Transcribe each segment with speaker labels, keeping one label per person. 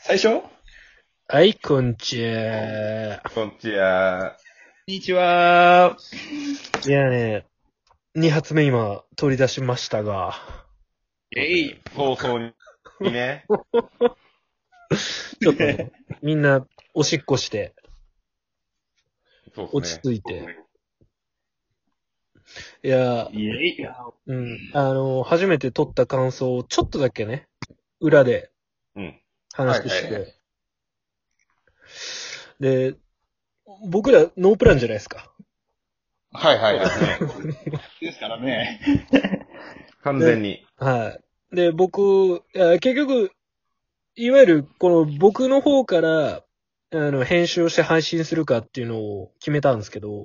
Speaker 1: 最初
Speaker 2: はい、こんちは。
Speaker 1: こんちは。
Speaker 3: こんにちは。
Speaker 2: いやね、2発目今取り出しましたが、
Speaker 3: えい。
Speaker 1: 早々にね。
Speaker 2: ちょっとねみんなおしっこして、
Speaker 1: そうっす
Speaker 2: 落ち
Speaker 1: ね
Speaker 2: 着いて。いや、
Speaker 3: イェイ。
Speaker 2: うん、あの、初めて撮った感想をちょっとだけね、裏で
Speaker 1: うん。
Speaker 2: 話し
Speaker 1: はいはいは
Speaker 2: て。で、僕らノープランじゃないですか。
Speaker 1: はいはいはい。
Speaker 3: ですからね。
Speaker 1: 完全に。
Speaker 2: はい。で、僕、いや結局、いわゆる、この僕の方から、あの、編集をして配信するかっていうのを決めたんですけど、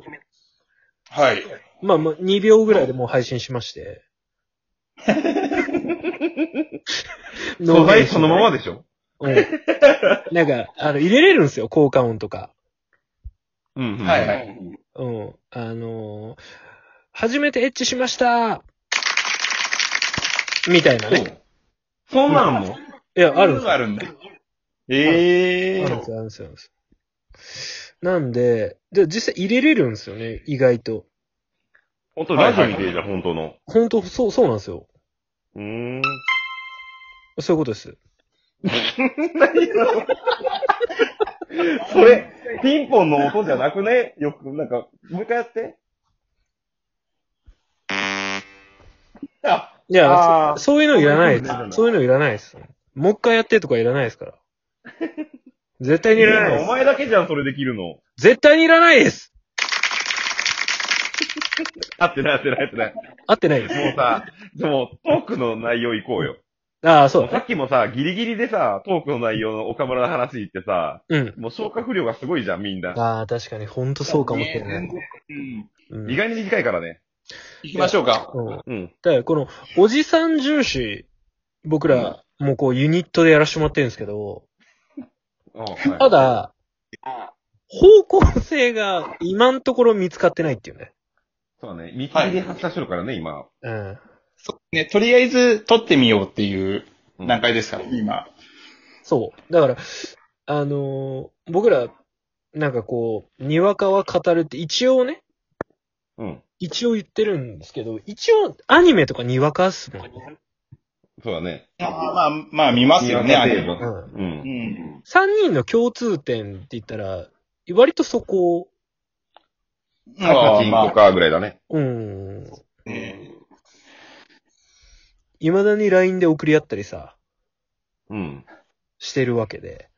Speaker 3: はい。
Speaker 2: まあまあ、2秒ぐらいでもう配信しま して。
Speaker 1: 素材そのまま
Speaker 2: で。
Speaker 1: でしょ
Speaker 2: うん。なんか、あの、入れれるんですよ、効果音とか。
Speaker 1: うんうん。
Speaker 3: はいは
Speaker 1: はい。
Speaker 3: い。
Speaker 2: うん。あのー初めてエッチしましたみたいなね。
Speaker 1: そんなのも
Speaker 2: いや、あるんですよ
Speaker 3: あるんだ。
Speaker 1: ええ
Speaker 2: あるんですよ、あるんですよ。あるんですよなんで、で、実際入れれるんですよね、意外と。
Speaker 1: 本当ラグビーでじゃん、本当の。
Speaker 2: 本当そう、そうなんですよ。
Speaker 1: うーん。
Speaker 2: そういうことです。
Speaker 1: それ、ピンポンの音じゃなくねよく、なんか、もう一回やって。あ、
Speaker 2: いや
Speaker 1: あ、ー
Speaker 2: そそういうのいらないで
Speaker 1: そういうのいらない
Speaker 2: す。そういうのいらないです。もう一回やってとかいらないです から。絶対にいらないで
Speaker 1: お
Speaker 2: す。
Speaker 1: 前だけじゃん、それできるの。
Speaker 2: 絶対にいらないです
Speaker 1: 合ってない合ってない合ってない。
Speaker 2: 合ってないです。
Speaker 1: もうさ、もうトークの内容行こうよ。
Speaker 2: ああ、そ
Speaker 1: も
Speaker 2: う
Speaker 1: うさ
Speaker 2: だね。
Speaker 1: っきもさ、ギリギリでさ、トークの内容の岡村の話行ってさ、
Speaker 2: うん。
Speaker 1: もう消化不良がすごいじゃん、みんな。
Speaker 2: ああ、確かに、ほんとそうかもしれない。
Speaker 3: ねうん。
Speaker 2: うん
Speaker 1: 意外に短いからね。
Speaker 3: 行きましょうか。
Speaker 2: うん
Speaker 1: うん。
Speaker 2: だから、この、おじさん重視、僕ら、もうこう、ユニットでやらしてもらってるんですけど、た
Speaker 1: だ、
Speaker 2: だ、方向性が今のところ見つかってないっていうね。
Speaker 1: そうだね。見切りで発射してるからね、今。
Speaker 2: うん。
Speaker 3: そうね、とりあえず撮ってみようっていう
Speaker 1: うん
Speaker 3: 段階ですから、今。
Speaker 2: そう。だから、あのー僕ら、なんかこう、にわかは語るって一応ね、
Speaker 1: うん。
Speaker 2: 一応言ってるんですけど、一応アニメとかにわかっすもんね。
Speaker 1: そうだね。
Speaker 3: まあまあ、まあ見ますよね、
Speaker 1: あ
Speaker 3: あ
Speaker 1: れ。
Speaker 3: れ。
Speaker 1: う。
Speaker 2: うん
Speaker 3: うんん。
Speaker 2: 三人の共通点って言ったら、割とそこ、
Speaker 1: 赤チンとかぐらいだね。
Speaker 2: うん。
Speaker 3: あね
Speaker 2: 未だに LINE で送り合ったりさ、
Speaker 1: うん。
Speaker 2: してるわけで。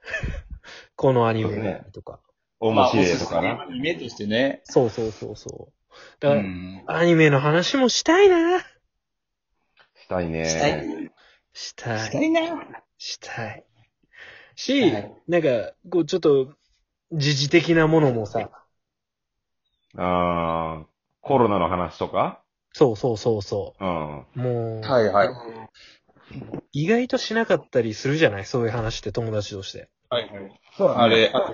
Speaker 2: このアニ
Speaker 1: そう
Speaker 2: メ
Speaker 1: ね
Speaker 2: とか。
Speaker 1: 面白いと
Speaker 3: まあ
Speaker 1: かな。
Speaker 3: おすすめのアニメとしてね。
Speaker 2: そうそうそうそう。だ
Speaker 3: う
Speaker 2: から、
Speaker 3: ん。
Speaker 2: アニメの話もしたいな。
Speaker 1: したいね。
Speaker 3: したい。
Speaker 2: したい
Speaker 3: し。たいな。
Speaker 2: したい。し、
Speaker 3: はい
Speaker 2: なんか、こう、ちょっと、時事的なものもさ、
Speaker 1: あー、コロナの話とか
Speaker 2: そうそうそうそ
Speaker 1: うん。
Speaker 2: う。もう、
Speaker 3: いはい。
Speaker 2: 意外としなかったりするじゃないそういう話って友達として。
Speaker 3: はいはい。
Speaker 1: そう
Speaker 3: あ。れ、あと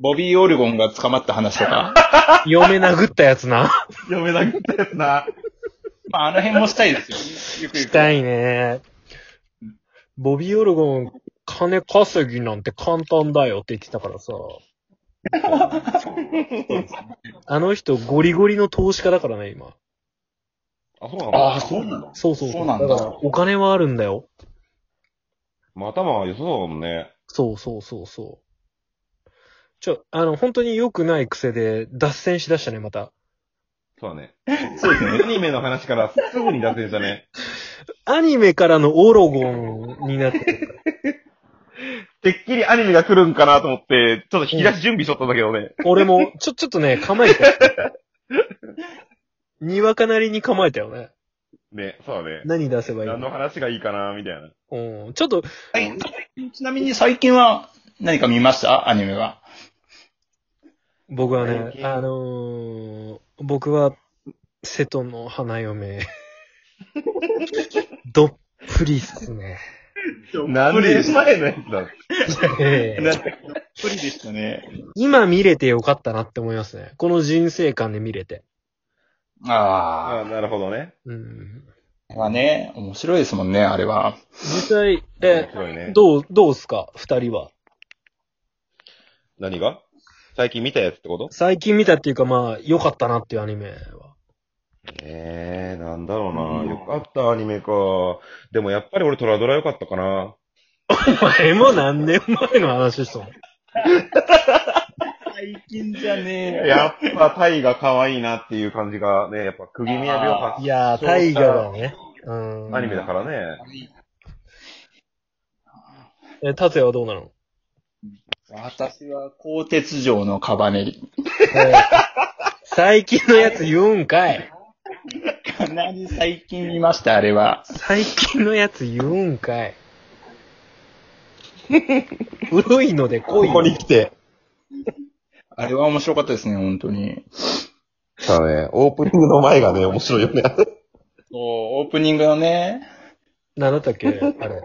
Speaker 3: ボビー・オルゴンが捕まった話と か。
Speaker 2: 嫁殴ったやつ な。
Speaker 1: 嫁だけだよな。
Speaker 3: まあ、あの辺もしたいですよ。ゆくゆく
Speaker 2: したいね。ボビー・オルゴン、金稼ぎなんて簡単だよって言ってた からさ。あの人、ゴリゴリの投資家だからね、今。
Speaker 1: あ、そうなの
Speaker 3: ああ、そうなの
Speaker 2: そうそう
Speaker 3: そうなんだ
Speaker 2: からお金はあるんだよ。
Speaker 1: まあ頭は良さそうだもんね。
Speaker 2: そうそうそうそう。ちょ、あの、本当に良くない癖で脱線しだしたね、また。
Speaker 1: そうだね。そうですね。アニメの話からすぐに脱線したね。
Speaker 2: アニメからのオロゴンになってる。
Speaker 1: てっきりアニメが来るんかなと思って、ちょっと引き出し準備しとったんだけどね。
Speaker 2: 俺も、ちょ、ちょっとね、構えて。 にわかなりに構えたよね。
Speaker 1: ね、そうだね。
Speaker 2: 何出せばいい
Speaker 1: 何の
Speaker 2: の
Speaker 1: 話がいいかな、みたいな。
Speaker 2: うん。ちょっと、
Speaker 3: はいちなみに最近は何か見ましたアニメは。
Speaker 2: 僕は
Speaker 1: 最
Speaker 2: ね、
Speaker 1: 近
Speaker 2: あのー僕は、瀬戸の花 嫁。どっぷりっす ね。
Speaker 1: 何年前のやつだ。
Speaker 2: ええ
Speaker 3: 一人でしたね。
Speaker 2: 今見れてよかったなって思いますね。この人生観で見れて。
Speaker 1: あ
Speaker 3: あ
Speaker 1: あ、なるほどね。
Speaker 2: うん。
Speaker 3: あ。はね、面白いですもんね、あれは。
Speaker 2: 実際、え
Speaker 1: 面、白いね。
Speaker 2: どう、どうっすか二人は。
Speaker 1: 何が最近見たやつってこと
Speaker 2: 最近見たっていうかまあ、良かったなっていうアニメは。
Speaker 1: ええー、なんだろうな。よかった、アニメか。でもやっぱり俺トラドラよかったかな。
Speaker 2: お前も何年前の話しとん
Speaker 3: 最近じゃねえ。
Speaker 1: やっぱタイが可愛いなっていう感じがね、やっぱ釘宮病
Speaker 3: あ
Speaker 1: か
Speaker 2: いやー、大河だね。うん。
Speaker 1: アニメだからね。
Speaker 2: え、達也はどうなの
Speaker 3: 私は、鋼鉄城のカバネリ。
Speaker 2: 最近のやつ言うんかい。
Speaker 3: かなり最近見ました、あれは。
Speaker 2: 最近のやつ言うんか い。古いので濃い。
Speaker 1: 来て。
Speaker 3: あれは面白かったですね、本当に。
Speaker 1: さあね、オープニングの前がね、面白いよね。
Speaker 3: そう、オープニングのね、
Speaker 2: なんだったっけあれ。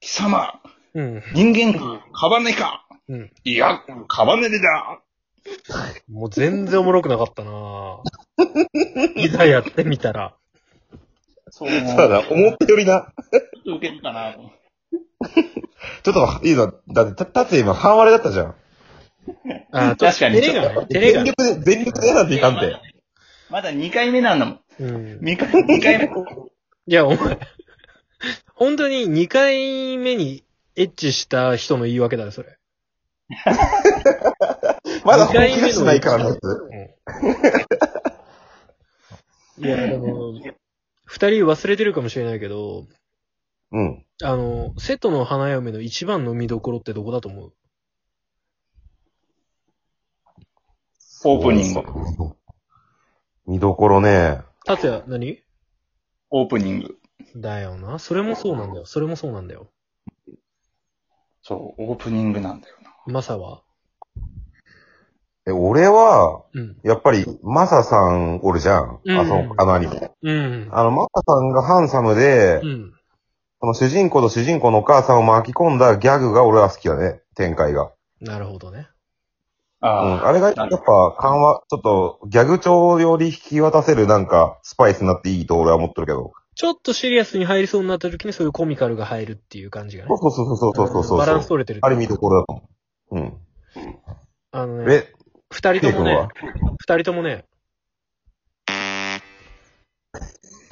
Speaker 3: 貴様、
Speaker 2: うん。
Speaker 3: 人間か、カバネか。
Speaker 2: うん。
Speaker 3: いや、カバネリだ。
Speaker 2: もう全然おもろくなかったなぁ いざやってみたら。
Speaker 3: そう、
Speaker 1: そうだ、思ったよりな。
Speaker 3: 受けるかなと。
Speaker 1: ちょっと、いいぞ。だって、た、たつ今、半割れだったじゃん。
Speaker 2: あ、
Speaker 3: 確かに
Speaker 2: 照れがね。照れ
Speaker 1: 全
Speaker 2: がね。
Speaker 1: 力で、全力でやなんていかんて。
Speaker 3: まだ2回目なんだもん。
Speaker 2: うん。
Speaker 3: 2回、二回 目。
Speaker 2: いや、お前、本当に2回目にエッチした人の言い訳だよ、それ。
Speaker 1: まだ本気出しないから
Speaker 2: うん。
Speaker 1: な、
Speaker 2: いや、あの、二人忘れてるかもしれないけど、
Speaker 1: うん。
Speaker 2: あの、瀬戸の花嫁の一番の見どころってどこだと思う
Speaker 3: オープニング。
Speaker 1: グ。見どころね。
Speaker 2: 達也、何
Speaker 3: オープニング。
Speaker 2: だよな。それもそうなんだよ。それもそうなんだよ。
Speaker 3: そう、オープニングなんだよな。
Speaker 2: マサは
Speaker 1: え、俺は、
Speaker 2: うん。
Speaker 1: やっぱり、マサさんおるじゃん。
Speaker 2: うん
Speaker 1: あ、そう、あのアニメ。
Speaker 2: うん。
Speaker 1: あの、マサさんがハンサムで、
Speaker 2: うん。
Speaker 1: その主人公と主人公のお母さんを巻き込んだギャグが俺は好きだね。展開が。
Speaker 2: なるほどね。
Speaker 1: うん。あれが、やっぱ、緩和、ちょっと、ギャグ調より引き渡せるなんか、スパイスになっていいと俺は思ってるけど。
Speaker 2: ちょっとシリアスに入りそうになった時にそういうコミカルが入るっていう感じがね
Speaker 1: そう。そうそうそうそうそうそう。
Speaker 2: バランス取れてる。
Speaker 1: ある見どころだと思
Speaker 2: あの
Speaker 1: う。うん。
Speaker 2: ね、
Speaker 1: え、
Speaker 2: 二人とも
Speaker 1: ケイ
Speaker 2: ね
Speaker 1: 君、
Speaker 2: 二人ともね、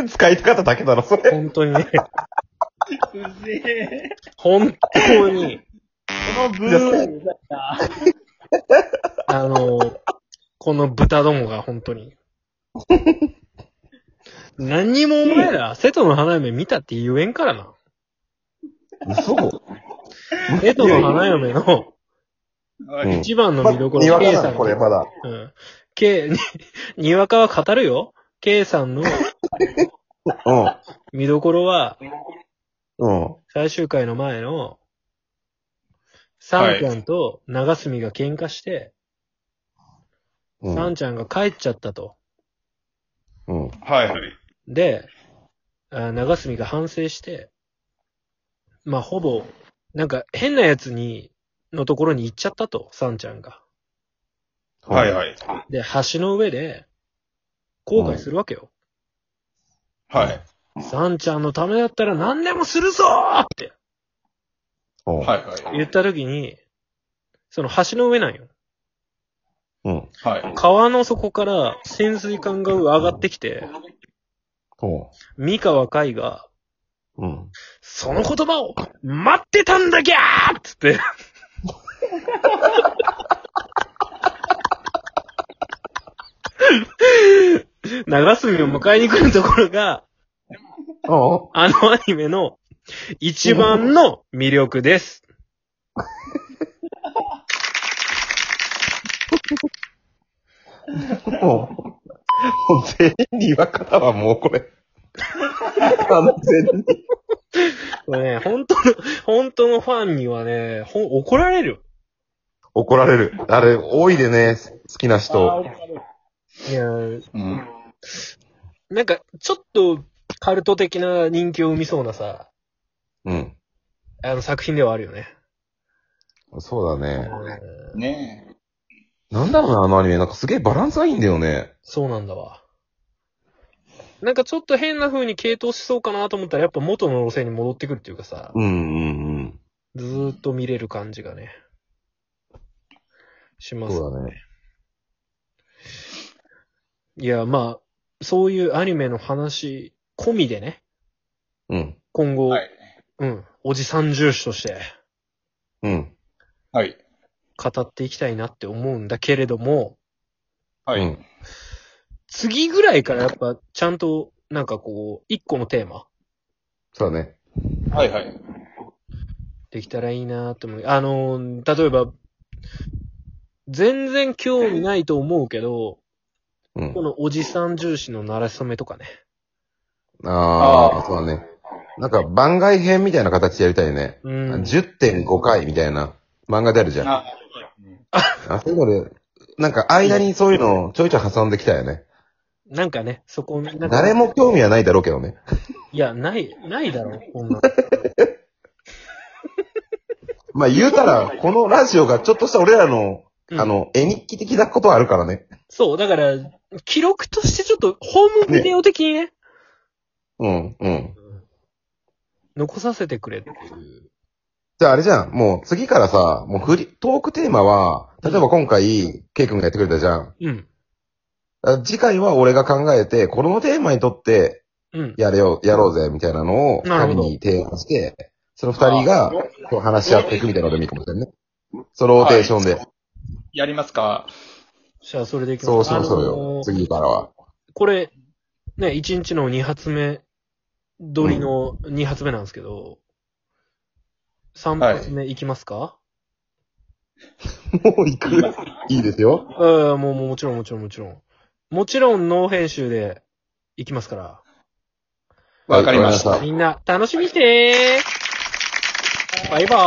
Speaker 1: 使い方だけだろ、それ。
Speaker 2: 本当にね、
Speaker 3: うぜえ。
Speaker 2: 本当に、
Speaker 3: このブ
Speaker 1: ー
Speaker 3: ーだ
Speaker 2: あの、この豚どもが本当に。何にもお前ら、瀬戸の花嫁見たって言えんからな。
Speaker 1: 嘘
Speaker 2: 瀬戸の花嫁の
Speaker 1: うん
Speaker 2: 一番の
Speaker 1: ま
Speaker 2: 見どころ、
Speaker 1: にわか
Speaker 2: K
Speaker 1: だ
Speaker 2: さ
Speaker 1: な、
Speaker 2: ん
Speaker 1: これ、まだ。
Speaker 2: うん。K、に、 にわかは語るよ。K さんの見どころは、
Speaker 1: うん。うん。
Speaker 2: 最終回の前の、サンちゃんと長住が喧嘩して、
Speaker 1: うん。
Speaker 2: サンちゃんが帰っちゃったと。
Speaker 1: うん。
Speaker 3: はいはい。
Speaker 2: で、あ長住が反省して、まあ、ほぼ、なんか変なやつに、のところに行っちゃったと、サンちゃんが。
Speaker 3: はいはい。
Speaker 2: で、橋の上で、後悔するわけよ。
Speaker 3: はい。
Speaker 2: サンちゃんのためだったら何でもするぞーって
Speaker 1: うん。
Speaker 3: はいはい。
Speaker 2: 言った時に、その橋の上なんよ。
Speaker 1: うん。
Speaker 3: はい。
Speaker 2: 川の底から潜水艦が上がってきて、
Speaker 1: そ
Speaker 2: 三河海が、
Speaker 1: う。うん。
Speaker 2: その言葉を待ってたんだぎゃーっつって。長住を迎えに来るところが、
Speaker 1: うん。
Speaker 2: あのアニメの一番の魅力です。
Speaker 1: もう、もう全員にわかだわ、もうこれ。完全に。
Speaker 2: これね、本当の、本当のファンにはね、ほん怒られる。
Speaker 1: 怒られる。あれ、多いでね、好きな人。
Speaker 2: いや
Speaker 3: うん。
Speaker 2: なんか、ちょっとカルト的な人気を生みそうなさ、
Speaker 1: うん。
Speaker 2: あの作品ではあるよね。
Speaker 1: そうだね。
Speaker 2: うん
Speaker 3: ねえ。
Speaker 1: なんだろうな、あのアニメ。なんかすげえバランスがいいんだよね。
Speaker 2: そうなんだわ。なんかちょっと変な風に系統しそうかなと思ったらやっぱ元の路線に戻ってくるっていうかさ、
Speaker 1: うんうんうん。
Speaker 2: ずーっと見れる感じがね。します。
Speaker 1: そうだね。
Speaker 2: いや、まあ、そういうアニメの話込みでね、
Speaker 1: うん。
Speaker 2: 今後、
Speaker 3: はい。
Speaker 2: うん、おじさん重視として
Speaker 1: うん。
Speaker 3: はい。
Speaker 2: 語っていきたいなって思うんだけれども、
Speaker 3: はい。
Speaker 1: うん
Speaker 2: 次ぐらいからやっぱちゃんと、なんかこう、一個のテーマ
Speaker 1: そうだね。
Speaker 3: はいはい。
Speaker 2: できたらいいなって思う。あのー、例えば、全然興味ないと思うけど、
Speaker 1: うん
Speaker 2: こ。のおじさん重視のならしそめとかね。
Speaker 1: あ
Speaker 3: あ
Speaker 1: あ、そうだね。なんか番外編みたいな形でやりたいね。
Speaker 2: うん。
Speaker 1: 10.5回みたいな漫画であるじゃん。
Speaker 3: あ
Speaker 1: あ、そういうので、なんか間にそういうのをちょいちょい挟んできたよね。
Speaker 2: なんかね、そこ、なんか
Speaker 1: 誰も興味はないだろうけどね。
Speaker 2: いや、ない、ないだろう、こん なの。
Speaker 1: まあ言うたら、このラジオがちょっとした俺らの、
Speaker 2: うん
Speaker 1: あの、絵日記的なことはあるからね。
Speaker 2: そう、だから、記録としてちょっと、ホームビデオ的にね、
Speaker 1: うん、うん。
Speaker 2: 残させてくれっていう。
Speaker 1: じゃああれじゃん、もう次からさ、もうフリ、トークテーマは、例えば今回、ケイ君がやってくれたじゃん。
Speaker 2: うん。
Speaker 1: あ次回は俺が考えて、このテーマにとって、
Speaker 2: うん。
Speaker 1: やれよう、やろうぜ、みたいなのを、
Speaker 2: なる
Speaker 1: 神
Speaker 2: ほど
Speaker 1: に提案して、その二人が、こう話し合っていくみたいなのでもいいかもしれないね。そのローテーションで。
Speaker 3: やりますか。
Speaker 2: じゃあ、それでいき
Speaker 1: そう
Speaker 2: ます。
Speaker 1: そうそう
Speaker 2: あの
Speaker 1: よ。
Speaker 2: ー
Speaker 1: 次からは。
Speaker 2: これ、ね、1日の2発目、撮りの2発目なんですけど、3発目いきますか、
Speaker 1: もう行く。いいですよ。
Speaker 2: うん、もう、もうもちろん、もちろん、もちろん。もちろん、ノー編集で、いきますか
Speaker 3: わかりました
Speaker 1: はい
Speaker 2: ら。
Speaker 1: わかりました
Speaker 2: みんな、楽しみにしてーバイバーイ